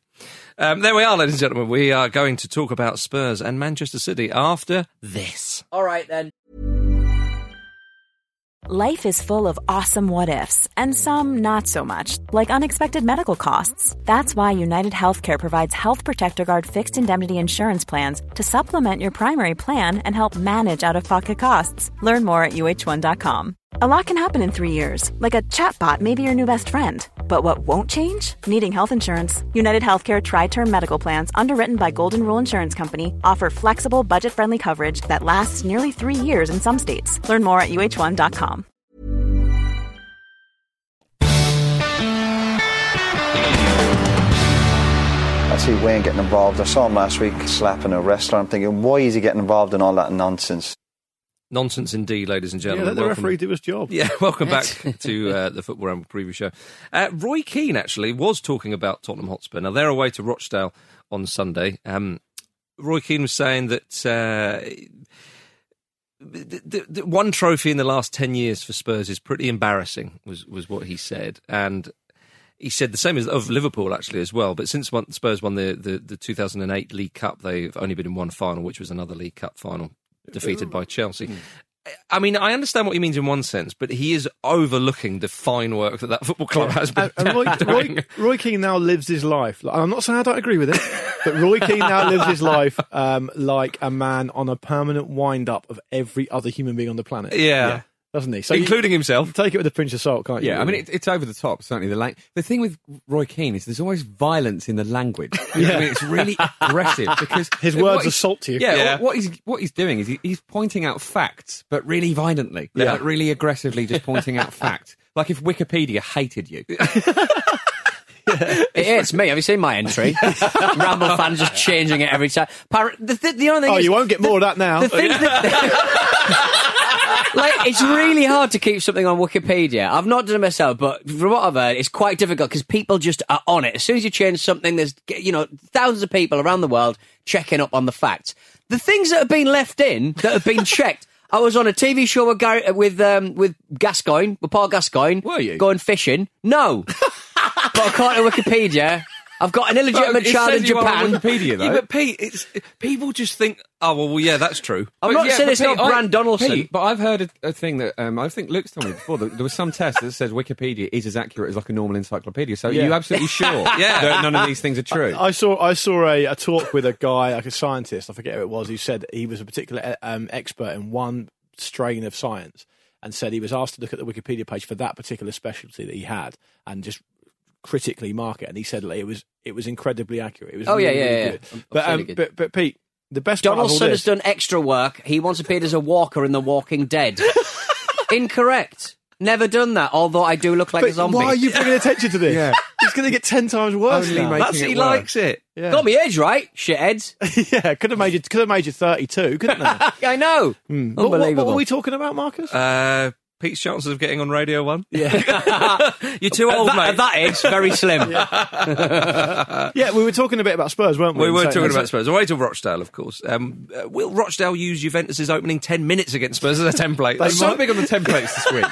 Um, there we are, ladies and gentlemen. We are going to talk about Spurs and Manchester City after this.
All right then.
Life is full of awesome what ifs and some not so much, like unexpected medical costs. That's why United Healthcare provides Health Protector Guard fixed indemnity insurance plans to supplement your primary plan and help manage out of pocket costs. Learn more at uh1.com. A lot can happen in three years, like a chatbot may be your new best friend. But what won't change? Needing health insurance. United Healthcare Tri Term Medical Plans, underwritten by Golden Rule Insurance Company, offer flexible, budget friendly coverage that lasts nearly three years in some states. Learn more at uh1.com.
I see Wayne getting involved. I saw him last week slapping a wrestler. I'm thinking, why is he getting involved in all that nonsense?
Nonsense indeed, ladies and
Yeah,
gentlemen.
let the
Welcome-
referee do his job.
Yeah, welcome back to uh, the Football Ramble preview show. Uh, Roy Keane actually was talking about Tottenham Hotspur. Now they're away to Rochdale on Sunday. Um, Roy Keane was saying that uh, the, the, the one trophy in the last ten years for Spurs is pretty embarrassing. Was was what he said, and he said the same as of Liverpool actually as well. But since one, Spurs won the, the the 2008 League Cup, they've only been in one final, which was another League Cup final, defeated by Chelsea. I mean, I understand what he means in one sense, but he is overlooking the fine work that that football club has been
And, and Roy,
doing.
Roy, Roy Keane now lives his life. Like, and I'm not saying I don't agree with it, but Roy Keane now lives his life um, like a man on a permanent wind up of every other human being on the planet.
Yeah.
doesn't he? So
including himself.
you take it with a pinch of salt, can't you?
Yeah, I mean, it, it's over the top, certainly. The, lang- the thing with Roy Keane is there's always violence in the language. You know what I mean, it's really aggressive because
His
what
words
he's-
are salty.
Yeah,
Yeah.
What, what he's what he's doing is he, he's pointing out facts, but really violently,
Yeah.
like really aggressively, just pointing out facts. Like if Wikipedia hated you,
It hates me. Have you seen my entry? Ramble fan just changing it every time. Par- the, th- the only thing
Oh,
is,
you won't get more of that now.
the thing that- like it's really hard to keep something on Wikipedia. I've not done it myself, but from what I've heard, it's quite difficult because people just are on it. As soon as you change something, there's you know thousands of people around the world checking up on the facts. The things that have been left in that have been checked. I was on a TV show with Gary, with um, with Gascoigne, with Paul Gascoigne.
Were you?
going fishing? No, but according to Wikipedia, I've got an illegitimate
It
child
says
in
you are on
Japan.
Wikipedia, though.
Yeah, but Pete, it's, people just think, oh, well, well, yeah, that's true.
I'm not saying
but
it's not
Pete, I-
Brand Donaldson.
Pete, but I've heard a, a thing that um, I think Luke's told me before. That there was some test that says Wikipedia is as accurate as like a normal encyclopedia. So are you absolutely sure
Yeah.
that none of these things are true?
I saw I saw a, a talk with a guy, like a scientist, I forget who it was, who said he was a particular um, expert in one strain of science, and said he was asked to look at the Wikipedia page for that particular specialty that he had, and just critically mark it. And he said like, it was it was incredibly accurate. It was
Oh, yeah,
really,
yeah,
really
yeah.
good.
I'm- I'm
But,
really
um,
good.
but but Pete, the best part of all
Donaldson
this,
has done extra work. He once appeared as a walker in The Walking Dead. Incorrect. Never done that, although I do look like
But
a zombie.
why are you bringing attention to this?
Yeah.
It's going to get ten times worse.
Only
now.
making
That's
it
he
worse.
likes it.
yeah.
Got me age right, shitheads.
yeah, could have made you could have made you thirty two, couldn't they?
I know.
What- what- What,
Unbelievable.
were we talking about, Marcus?
Uh, Pete's chances of getting on Radio 1?
yeah.
You're too old,
That-
mate.
at that age, very slim.
yeah, we were talking a bit about Spurs, weren't we?
We
And
were
saying-
talking about Spurs. Away to Rochdale, of course. Um, uh, will Rochdale use Juventus's opening 10 minutes against Spurs as a template?
I'm so big on the templates this week.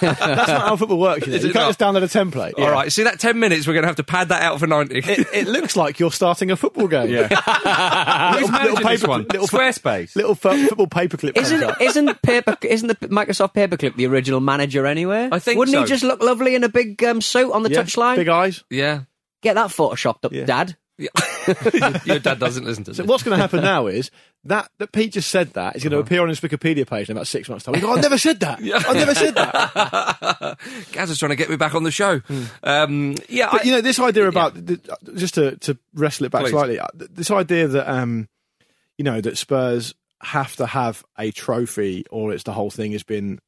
That's not how football works. You, know.
Is
You
it
can't
not?
just download a template.
All right, see that 10 minutes, we're going to have to pad that out for 90.
It, it looks like you're starting a football game.
Uh,
Who's managing this
paper-
one?
little-
Squarespace.
Little fo- football paperclip. comes
Isn't
up.
isn't paper isn't the Microsoft paperclip the original manager anyway?
I think
Wouldn't
so.
he just look lovely in a big um, suit on the
Yeah.
touchline?
Big eyes.
yeah.
Get that photoshopped up,
Yeah.
Dad.
Your dad doesn't listen to
So
this.
what's going to happen now is that that Pete just said that is going to appear on his Wikipedia page in about six months' time. He's like, I never said that. I never said that.
Gaz is trying to get me back on the show. Um, yeah,
Hmm. But
I-
you know this idea about the- just to to wrestle it back
Please.
slightly. uh, th- This idea that um, you know that Spurs have to have a trophy or it's the whole thing has been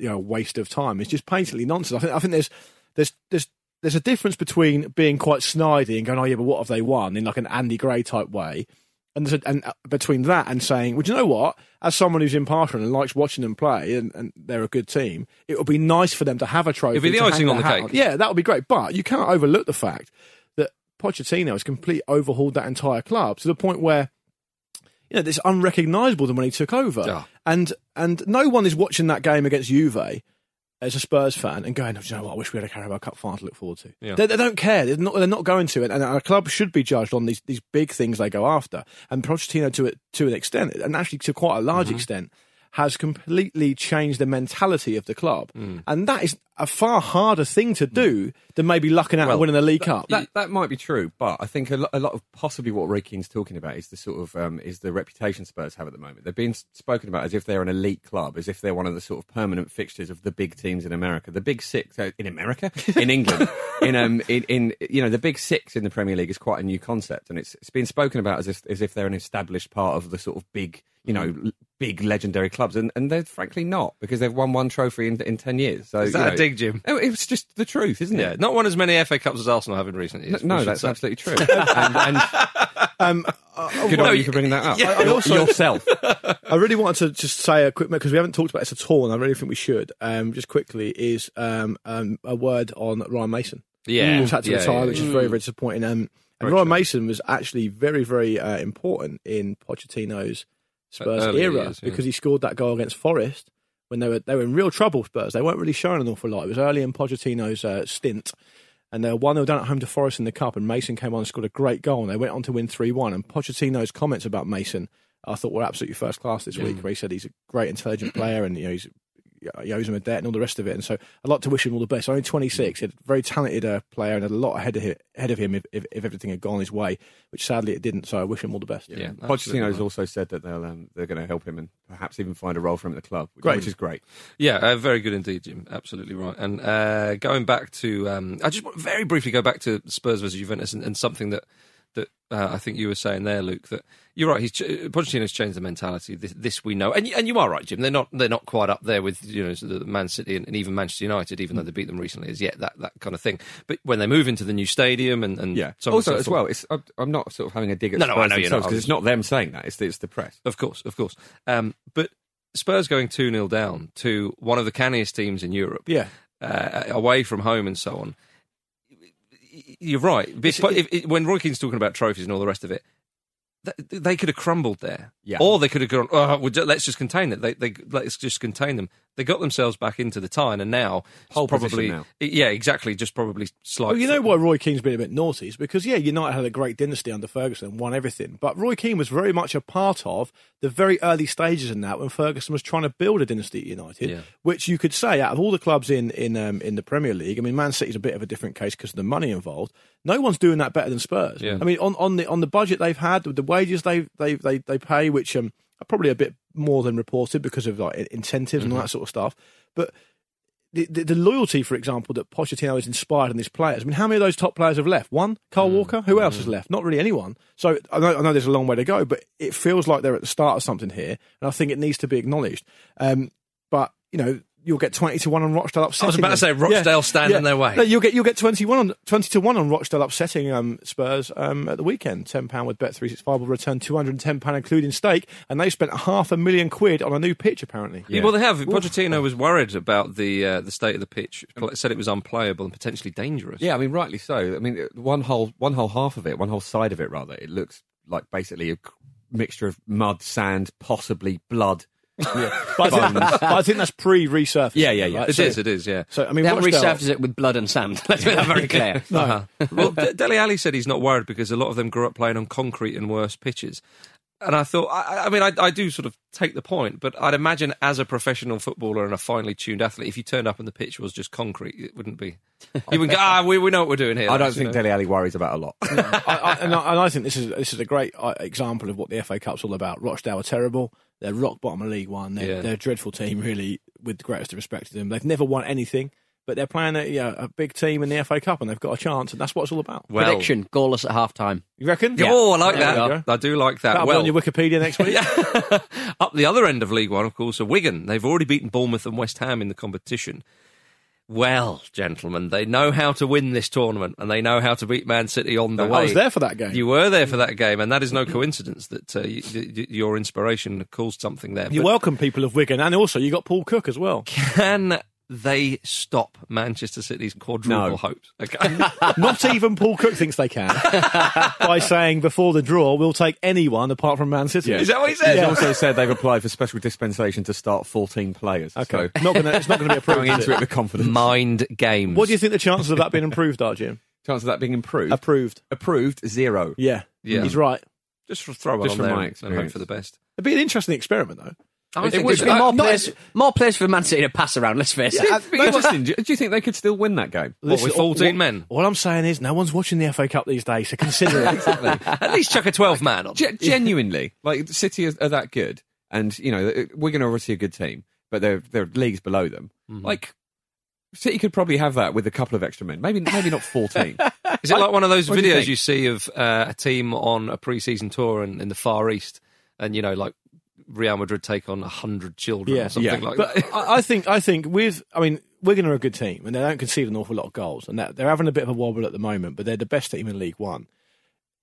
you know a waste of time. It's just patently nonsense. I think I think there's there's there's there's a difference between being quite snidey and going, oh yeah, but what have they won in like an Andy Gray type way, and there's a, and uh, between that and saying, well, do you know what? As someone who's impartial and likes watching them play, and, and they're a good team, it would be nice for them to have a trophy.
It'd be the
to hang
icing on
their
the
hat
cake.
Yeah, that would be great. But you can't overlook the fact that Pochettino has completely overhauled that entire club to the point where you know, it's unrecognisable than when he took over.
Yeah.
And and no one is watching that game against Juve as a Spurs fan and going, oh, do you know what? I wish we had a Carabao Cup final to look forward to.
Yeah.
They, they don't care. They're not, they're not going to it. And a club should be judged on these, these big things they go after. And Pochettino, to, it, to an extent, and actually to quite a large
Mm-hmm.
extent, has completely changed the mentality of the club.
Mm.
And that is a far harder thing to do than maybe lucking out and winning the League Cup.
That, that might be true, but I think a lot, a lot of possibly what Roy Keane's talking about is the sort of um, is the reputation Spurs have at the moment. They're being s- spoken about as if they're an elite club, as if they're one of the sort of permanent fixtures of the big teams in America, the big six uh, in America, in England, in um, in, in you know the big six in the Premier League is quite a new concept, and it's it's been spoken about as if as if they're an established part of the sort of big you know
Mm.
l- big legendary clubs, and, and they're frankly not because they've won one trophy in, in ten years. So
Is that
you
a
know,
dig, Jim?
Oh, It's just the truth, isn't
yeah,
it?
not won as many FA Cups as Arsenal have in recent years. we
No,
should
that's
say.
absolutely true. and, and
Um,
Good
uh, well,
on
you-
you for bringing that up.
yeah. I- I
Your-
also-
yourself.
I really wanted to just say a quick because we haven't talked about this at all, and I really think we should. Um, just quickly is um, um, a word on Ryan Mason.
Yeah,
who's had to
yeah,
retire,
yeah,
which
yeah.
is very very disappointing. Um, and
Great
Ryan
shout.
Mason was actually very very uh, important in Pochettino's Spurs
Early
era
years, yeah.
because he scored that goal against Forest when they were they were in real trouble. Spurs they weren't really showing an awful lot. It was early in Pochettino's uh, stint. And they were 1 0 down at home to Forest in the Cup, and Mason came on and scored a great goal, and they went on to win 3 1. And Pochettino's comments about Mason, I thought, were absolutely first class this week, where he said he's a great, intelligent player, and you know, he's, he owes him a debt and all the rest of it. And so I'd like to wish him all the best. Only 26, he's a very talented uh, player, and had a lot ahead of him, ahead of him if, if, if everything had gone his way, which sadly it didn't. So I wish him all the best.
Yeah, absolutely.
Pochettino's also said that they'll um, they're going to help him and perhaps even find a role for him at the club, which,
Great.
which is great.
Yeah, uh, very good indeed, Jim. Absolutely right. And uh, going back to, um, I just want to very briefly go back to Spurs versus Juventus and, and something that that uh, I think you were saying there, Luke. That you're right. He's ch- Pochettino's changed the mentality. This, this we know, and y- and you are right, Jim. They're not they're not quite up there with you know the Man City and, and even Manchester United, even though they beat them recently as yet that that kind of thing. But when they move into the new stadium and and so on and
also,
so
as
forth.
well, it's, I'm- I'm not sort of having a dig at
No, no, I
Spurs
know you're not.
themselves
I
because
was-
it's not them saying that. It's the, it's the press.
Of course, of course. Um, but Spurs going 2 0 down to one of the canniest teams in Europe.
Yeah.
Uh, away from home and so on. You're right. But if, if- when Roy Keane's talking about trophies and all the rest of it, th- they could have crumbled there,
Yeah.
or they could have gone. Oh, we'll ju- let's just contain it. They, they let's just contain them. They got themselves back into the tie, and now it's
Pole position
probably
now.
yeah, exactly. Just probably slightly.
Well, you know why Roy Keane's been a bit naughty is because yeah, United had a great dynasty under Ferguson, won everything. But Roy Keane was very much a part of the very early stages in that when Ferguson was trying to build a dynasty at United,
Yeah.
which you could say out of all the clubs in in um, in the Premier League, I mean, Man City's a bit of a different case because of the money involved. No one's doing that better than Spurs.
Yeah.
I mean, on, on the on the budget they've had, with the wages they they they they pay, which um are probably a bit more than reported because of like incentives
Mm-hmm.
and all that sort of stuff, but the, the, the loyalty, for example, that Pochettino has inspired in these players. I mean, how many of those top players have left? One,
Hmm.
Carl Walker. Who else has left? Not really anyone. So I know, I know there's a long way to go, but it feels like they're at the start of something here, and I think it needs to be acknowledged. Um, but you know, you'll get twenty to one on Rochdale upsetting.
about to say
them.
Rochdale stand in their way.
No, you'll get you'll get twenty one on twenty to one on Rochdale upsetting um, Spurs um, at the weekend. Ten pound with Bet three six five will return two hundred and ten pound including stake, and they spent half a million quid on a new pitch apparently.
Yeah. Well, they have. Pochettino was worried about the uh, the state of the pitch. Said it was unplayable and potentially dangerous.
Yeah, I mean, rightly so. I mean, one whole one whole half of it, one whole side of it, rather, it looks like basically a c- mixture of mud, sand, possibly blood.
But I, think, but I think that's pre-resurfacing.
Yeah, yeah, yeah.
right?
It
So-
is. It is. Yeah.
So I mean,
They haven't
Rochdale-
resurfaced it with blood and sand. Let's make that very clear.
Uh-huh. well, De- Dele Alli said he's not worried because a lot of them grew up playing on concrete and worse pitches. and I thought, I, I mean, I, I do sort of take the point, but I'd imagine as a professional footballer and a finely tuned athlete, if you turned up and the pitch was just concrete, it wouldn't be. You would go, ah, we, we know what we're doing here.
I don't
lads," you
think
know.
Deli Alley worries about a lot.
I, I, and, I, and I think this is this is a great uh, example of what the FA Cup's all about. Rochdale are terrible. They're rock bottom of League One. They're,
Yeah.
they're a dreadful team, really, with the greatest respect to them. They've never won anything, but they're playing a, you know, a big team in the FA Cup and they've got a chance, and that's what it's all about.
Well,
Prediction: goalless at half time.
You reckon?
Oh, I like
There we
that.
go.
I do like that.
That'll
well,
be on your Wikipedia next week.
Yeah. Up the other end of League One, of course, are Wigan. They've already beaten Bournemouth and West Ham in the competition. Well, gentlemen, they know how to win this tournament and they know how to beat Man City on the way.
I was there for that game.
You were there for that game, and that is no coincidence that uh, y y your inspiration caused something there.
You're
But
welcome, people of Wigan, and also you got Paul Cook as well.
Can they stop Manchester City's quadruple
No.
hopes? Okay.
Not even Paul Cook thinks they can by saying before the draw we'll take anyone apart from Man City.
Is that what he said?
He's also said they've applied for special dispensation to start 14 players.
Okay,
So
not gonna, it's not going to be approved.
going
is
into
it?
it with confidence.
Mind games.
What do you think the chances of that being improved are, Jim?
Chance of that being improved?
Approved.
approved, zero.
Yeah,
Yeah.
he's right.
Just throw it
Just
on
from
there
my
and hope
experience.
for the best.
It'd be an interesting experiment, though.
I
It
think
would
it's-
be
I-
more
not-
players, more players for Man City to pass around. Let's face it.
Uh, no, Justin, do do you think they could still win that game?
What, with
Listen, all-
14
what-
men?
All I'm saying is, no one's watching the FA Cup these days, so consider it.
At least chuck a 12 man on.
Ge- genuinely, like City are, are that good, and you know uh, Wigan are obviously a good team, but they're they're leagues below them.
Mm.
Like City could probably have that with a couple of extra men, maybe maybe not fourteen.
Is it like one of those
What do you
videos
think?
you, see of uh, a team on a pre-season tour in, in the Far East, and you know, like Real Madrid take on hundred children
Yeah.
or something
Yeah.
like
but
that?
I, I think, I think with, I mean, Wigan are a good team, and they don't concede an awful lot of goals, and that, they're having a bit of a wobble at the moment, but they're the best team in League One.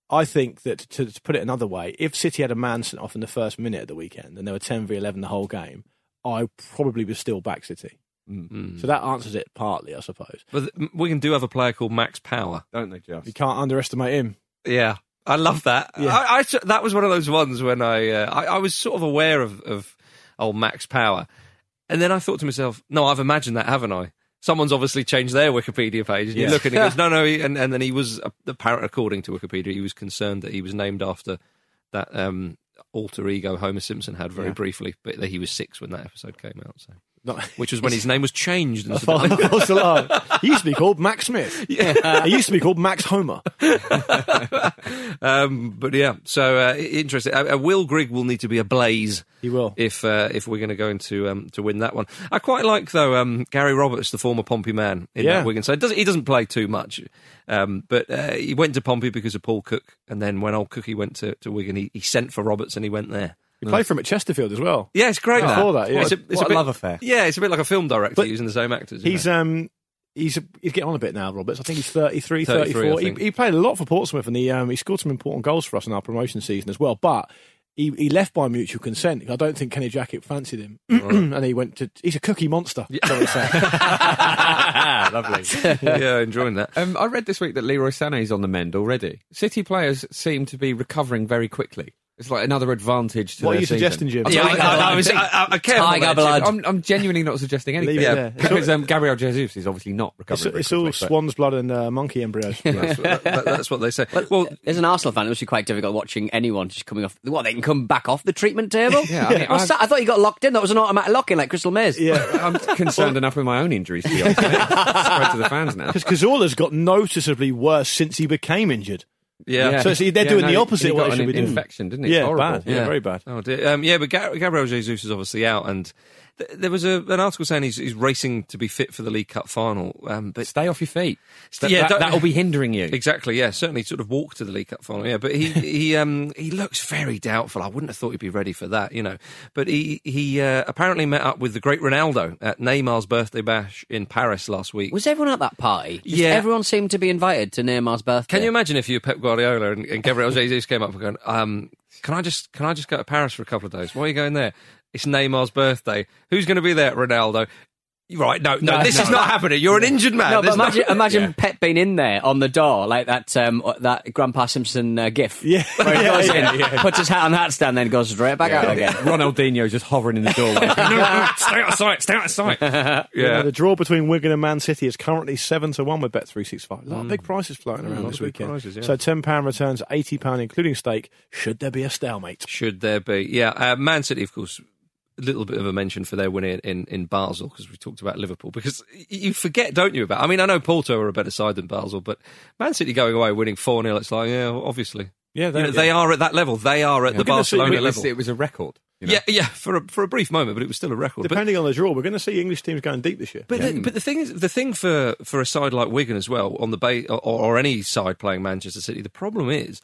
I think that to, to put it another way, if City had a man sent off in the first minute of the weekend and they were 10 v 11 the whole game, I probably would still back City.
Hmm.
So that answers it partly, I suppose.
But th- Wigan do have a player called Max Power.
Don't they
You
just?
can't underestimate him.
Yeah, I love that.
Yeah.
I, I t- that was one of those ones when I, uh, I I was sort of aware of of old Max Power, and then I thought to myself, no, I've imagined that, haven't I? Someone's obviously changed their Wikipedia page. And You
Yeah.
look and he goes, no, no, he, and and then he was uh, apparent, according to Wikipedia, he was concerned that he was named after that um, alter ego Homer Simpson had very briefly, but that he was six when that episode came out. So.
Not-
Which was when his name was changed.
A
And
false, false alarm. He used to be called Max Smith. he used to be called Max Homer.
um, but yeah, so uh, i- interesting. Uh, uh, Will Grigg will need to be ablaze
He will.
if uh, if we're going to go into um, to win that one. I quite like though um, Gary Roberts, the former Pompey man in
Yeah.
that Wigan side. Doesn't he doesn't play too much, um, but uh, he went to Pompey because of Paul Cook, and then when old Cookie went to, to Wigan, he, he sent for Roberts and he went there.
He played for him at Chesterfield as well.
Yeah, it's great.
Oh,
that.
I saw that, yeah.
It's a,
What
it's
a
a bit,
love affair.
Yeah, it's a bit like a film director
But
using the same actors. isn't
He's
it?
um he's he's getting on a bit now, Roberts. I think he's 33,
33,
34.
I
He,
think.
he played a lot for Portsmouth and he um he scored some important goals for us in our promotion season as well. But he, he left by mutual consent. I don't think Kenny Jackett fancied him, and he went to. He's a cookie monster. shall we say.
Lovely.
yeah, enjoying that.
Um, I read this week that Leroy Sané is on the mend already. City players seem to be recovering very quickly. It's like another advantage to
What are
their
you
season.
suggesting, Jim?
I'm
Yeah, I,
talking about
I, I
the
was I,
team.
I, I care about
Tiger
that, Jim.
blood.
I'm, I'm genuinely not suggesting anything.
Leave it
yeah,
there.
because um, Gabriel Jesus is obviously not
It's,
recovering. very
it's all
quickly, but-
swan's blood and uh, monkey embryos.
That's what, that, that's what they say. Well,
As an Arsenal fan, it must be quite difficult watching anyone just coming off. What they can come back off the treatment table?
Yeah, I mean,
What's
I've-
that? I thought you got locked in. That was an automatic lock-in, like Crystal Maze.
yeah.
I'm concerned enough with my own injuries to be honest. mate. Spread to the fans now.
Because Cazorla's got noticeably worse since he became injured.
yeah.
So it's- they're doing the
he-
opposite
He
of what
got
they
an
should be doing.
Infection, didn't he? It's horrible.
bad. Yeah,
Yeah.
very bad.
Oh dear. Um, yeah, but Ga- Gabriel Jesus is obviously out, and th- there was a, an article saying he's, he's racing to be fit for the League Cup final. Um, but
Stay off your feet. That,
Yeah, don't-
that, will be hindering you.
exactly, yeah, certainly sort of walk to the League Cup final. Yeah, but he he um he looks very doubtful. I wouldn't have thought he'd be ready for that, you know. But he he uh, apparently met up with the great Ronaldo at Neymar's birthday bash in Paris last week.
Was everyone at that party? Just
Yeah.
Everyone seemed to be invited to Neymar's birthday.
Can you imagine if you were Pep Guardiola and, and Gabriel Jesus came up and going, um, "Can I just can I just go to Paris for a couple of days? Why are you going there? It's Neymar's birthday. Who's going to be there? Ronaldo. Right, no, no,
No,
this
no.
is not happening. You're an injured man.
No, but
There's
imagine, imagine
Yeah.
Pep being in there on the door like that um, that Grandpa Simpson uh, gif. Yeah, where he
Yeah,
goes
yeah,
in, puts his hat on hat stand, then goes straight back out again.
Ronaldinho just hovering in the doorway.
no, no, stay out of sight, stay out of sight.
You know,
yeah.
the draw between Wigan and Man City is currently seven to one with Bet three six five. A lot of big prices floating around
Mm. lot
this
of big
weekend.
prizes, yeah.
So ten pound returns eighty pound, including stake. Should there be a stalemate?
Should there be? Yeah, uh, Man City, of course. A little bit of a mention for their win in, in, in Basel because we talked about Liverpool. Because y- you forget, don't you? About I mean, I know Porto are a better side than Basel, but Man City going away winning four 0 It's like, yeah, well, obviously,
Yeah,
You know, they are at that level. They are at the
gonna see- we-
Barcelona level.
It was a record. you know?
Yeah, yeah, for a, for a brief moment, but it was still a record. But-
Depending on the draw, we're going to see English teams going deep this year.
But the, but the thing is, the thing for for a side like Wigan as well on the bay or, or any side playing Manchester City, the problem is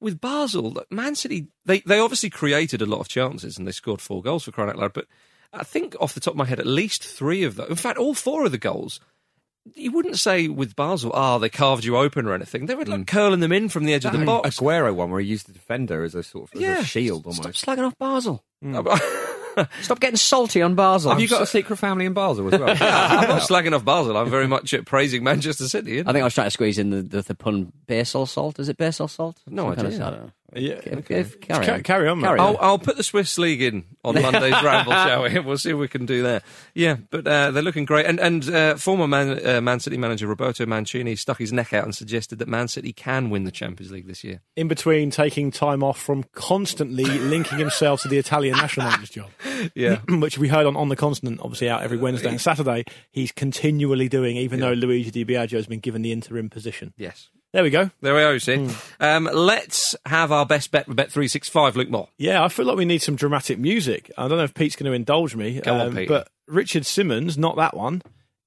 with Basel. like, Man City they they obviously created a lot of chances and they scored four goals for crying out loud. But I think off the top of my head, at least three of those, in fact, all four of the goals. You wouldn't say with Basel, ah, they carved you open or anything. They were like curling them in from the edge of the box.
Mm. Aguero one where he used the defender as a sort of as a shield
Stop
almost. Mm.
slagging off Basel.
I'm
Stop getting salty on Basel.
Have you got a secret family in Basel as well?
not slagging off Basel. I'm very much at praising Manchester City.
I think I was trying to squeeze in the, the, the pun basil salt. Is it basil salt?
No
Some kind
idea.
of- I don't know.
yeah,
If- if- carry,
Ca-
on.
carry on, mate.
Carry
I'll, I'll put the Swiss League in on Monday's ramble, shall we? We'll see what we can do there. Yeah, but uh, they're looking great. And and uh, former Man, uh, Man City manager Roberto Mancini stuck his neck out and suggested that Man City can win the Champions League this year.
in between taking time off from constantly linking himself to the Italian national team's job,
Yeah. Uh,
which we heard on on the continent, obviously out every Wednesday and Saturday. He's continually doing, even though Luigi Di Biagio has been given the interim position.
yes.
There we go.
There we are, you see. Um, let's have our best bet with Bet365, Luke Moore.
Yeah, I feel like we need some dramatic music. I don't know if Pete's going to indulge me. um,
Go on, Pete.
But Richard Simmons, not that one,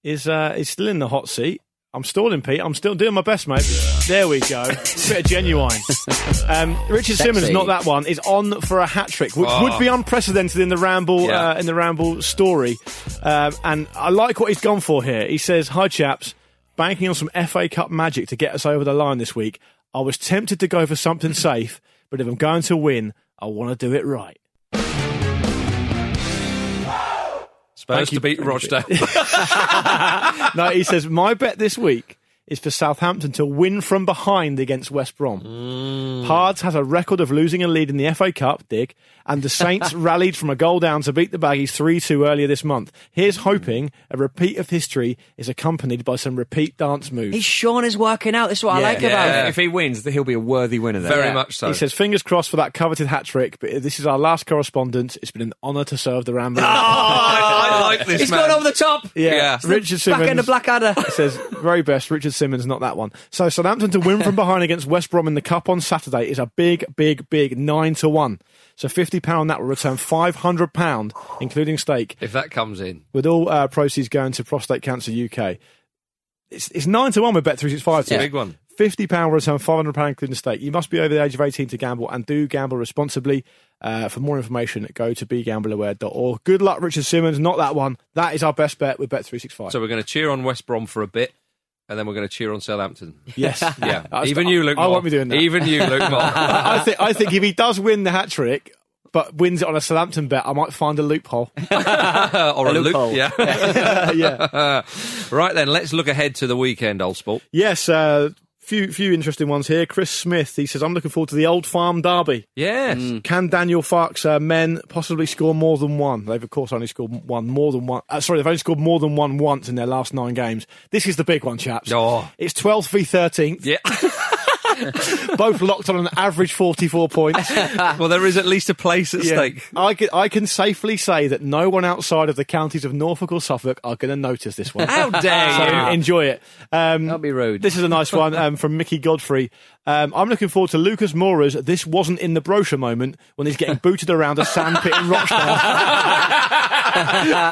is uh, is still in the hot seat. I'm stalling, Pete. I'm still doing my best, mate. There we go. Bit of genuine. Um, Richard Simmons, not that one, is on for a hat trick, which
Oh.
would be unprecedented in the ramble
Yeah.
uh, in the ramble story. Um, and I like what he's gone for here. He says, "Hi, chaps. Banking on some FA Cup magic to get us over the line this week. I was tempted to go for something safe, but if I'm going to win, I want to do it right."
Spurs
Thank you.
to beat Rochdale.
no, he says, my bet this week is for Southampton to win from behind against West Brom.
Mm.
Hards has a record of losing a lead in the FA Cup, Dick, and the Saints rallied from a goal down to beat the Baggies 3 2 earlier this month.
Mm.
Here's hoping a repeat of history is accompanied by some repeat dance moves.
He's Sean is working out. That's what I like about
Yeah.
him.
If he wins, he'll be a worthy winner. Then.
Very much so.
He says, fingers crossed for that coveted hat trick, but this is our last correspondence. It's been an honour to serve the Ramblers.
oh, I, I like this
He's
man.
going over the top.
Yeah,
Yeah.
Richard Simmons.
Back end of Blackadder.
says very best Richard Simmons, not that one. So Southampton to win from behind against West Brom in the cup on Saturday is a big, big, big nine to one. So fifty pound that will return five hundred pound, including stake,
if that comes in.
with all uh, proceeds going to Prostate Cancer UK. It's, it's nine to one with Bet three six five.
Big one.
Fifty pound return, five hundred pound including stake. You must be over the age of eighteen to gamble, and do gamble responsibly. Uh, for more information, go to begambleaware.org. Good luck, Richard Simmons. Not that one. That is our best bet with Bet365.
So we're going to cheer on West Brom for a bit, and then we're going to cheer on Southampton.
yes.
Yeah,
I-
even
I-
you, Luke.
I
Moore.
won't be doing that.
Even you, uh, Luke. Moore.
I, I think I think if he does win the hat trick, but wins it on a Southampton bet, I might find a loophole.
or a, loop,
loophole.
yeah.
yeah.
right then, let's look ahead to the weekend, old sport.
Yes. Uh, few few interesting ones here. Chris Smith. He says, "I'm looking forward to the Old Farm Derby.
Yes.
Can Daniel Fark's uh, men possibly score more than one? They've of course only scored one more than one. Uh, sorry, they've only scored more than one once in their last nine games. This is the big one, chaps.
Oh.
It's 12th v 13th.
Yeah.
Both locked on an average 44 points.
well, there is at least a place at
Yeah.
stake.
I can, I can safely say that no one outside of the counties of Norfolk or Suffolk are going to notice this one.
How dare
So
you?
enjoy it. Um,
Don't be rude.
This is a nice one um, from Mickey Godfrey. Um, I'm looking forward to Lucas Mora's This Wasn't in the Brochure moment when he's getting booted around a sandpit in Rochdale.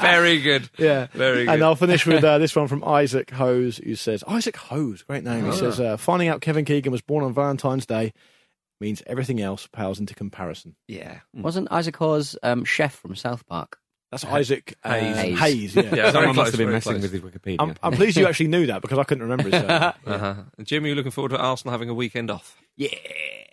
Very good.
Yeah.
Very good.
And I'll finish with uh, this one from Isaac Hose, who says, Isaac Hose, great name. He says, uh, finding out Kevin Keegan was born on Valentine's Day means everything else pales into comparison.
yeah.
Wasn't Isaac Hawes um, chef from South Park?
That's Isaac uh,
Hayes.
Hayes, yeah.
Yeah, very
Someone
close,
must have been
very
messing
close.
with his Wikipedia.
I'm, I'm pleased you actually knew that because I couldn't remember his surname.
Uh-huh. Jim, are you looking forward to Arsenal having a weekend off?
Yeah.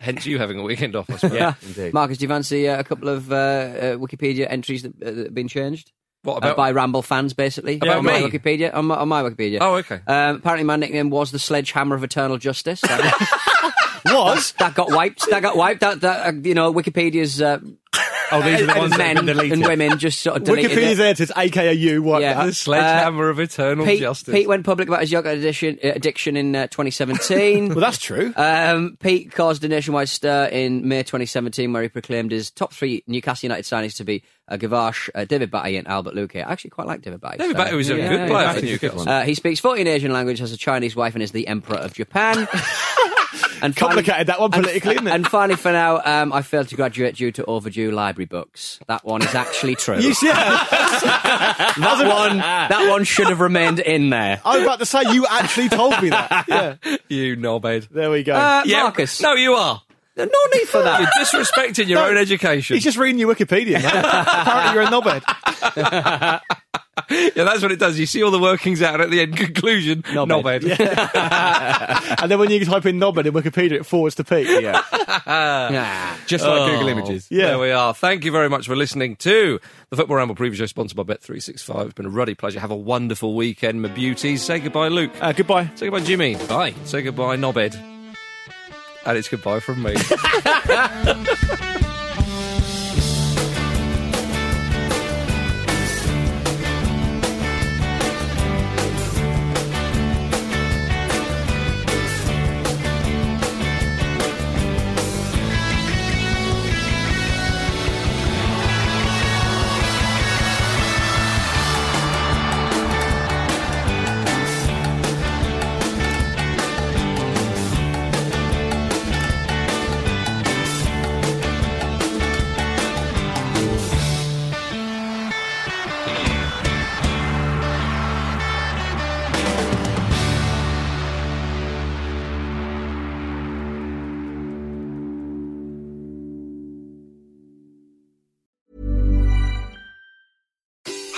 Hence you having a weekend off, I suppose.
Indeed.
Marcus, do you fancy uh, a couple of uh, uh, Wikipedia entries that, uh, that have been changed?
What
uh,
about?
by Ramble fans, basically.
About
on my
me?
Wikipedia. On my, on my Wikipedia.
Oh, okay.
Um, apparently, my nickname was the Sledgehammer of Eternal Justice. That,
Was
that got wiped. That got wiped. That, that uh, you know, Wikipedia's uh,
Oh, these are the ones that
men
have been deleted.
and women just sort of deleted it.
Wikipedia's editors, aka you, what?
Yeah. Uh,
the sledgehammer of eternal
Pete,
justice.
Pete went public about his yoga addiction, uh, addiction in uh, 2017.
Well, that's true.
Um, Pete caused a nationwide stir in May 2017 where he proclaimed his top three Newcastle United signings to be uh, Gavash, uh, David Batty, and Albert Luque. I actually quite like David Batty.
David
so-
Batty was a
Yeah,
good
yeah,
player
yeah.
for Newcastle.
Uh, he speaks 14 Asian languages, has a Chinese wife, and is the Emperor of Japan. and finally-
Complicated that one politically,
and,
isn't it?
And finally, for now, um, I failed to graduate due to overdue library books. That one is actually true.
you see, I
that one, that one should have remained in there.
was about to say you actually told me that. Yeah,
you knobhead.
there we go.
Uh, Marcus,
No, you are.
no need for that.
You're disrespecting your own education.
He's just reading your Wikipedia. Man. Apparently, you're a knobhead.
Yeah, that's what it does. You see all the workings out and at the end. Conclusion. Knobhead.
And then when you type in knobhead in Wikipedia, it forwards to Pete. Yeah,
Nah.
Just like Google Images.
Yeah.
Oh, There we are. Thank you very much for listening to the Football Ramble preview show sponsored by Bet365. It's been a ruddy pleasure. Have a wonderful weekend, my beauties. Say goodbye, Luke.
uh, goodbye.
Say goodbye, Jimmy. Bye. Say goodbye, Knobhead. And it's goodbye from me.